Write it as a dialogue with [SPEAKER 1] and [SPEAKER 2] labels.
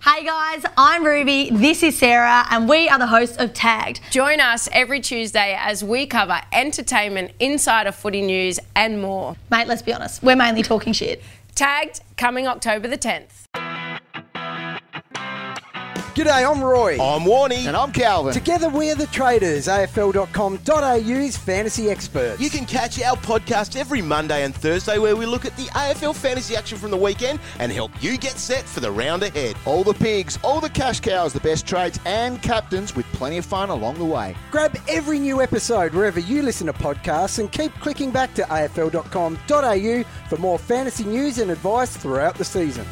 [SPEAKER 1] Hey guys, I'm Ruby, this is Sarah, and we are the hosts of Tagged.
[SPEAKER 2] Join us every Tuesday as we cover entertainment, insider footy news, and more.
[SPEAKER 1] Mate, let's be honest, we're mainly talking shit.
[SPEAKER 2] Tagged coming October the 10th.
[SPEAKER 3] G'day, I'm Roy.
[SPEAKER 4] I'm Warnie.
[SPEAKER 5] And I'm Calvin.
[SPEAKER 3] Together we're the traders, afl.com.au's fantasy experts.
[SPEAKER 4] You can catch our podcast every Monday and Thursday where we look at the AFL fantasy action from the weekend and help you get set for the round ahead.
[SPEAKER 5] All the pigs, all the cash cows, the best trades and captains with plenty of fun along the way.
[SPEAKER 3] Grab every new episode wherever you listen to podcasts and keep clicking back to afl.com.au for more fantasy news and advice throughout the season.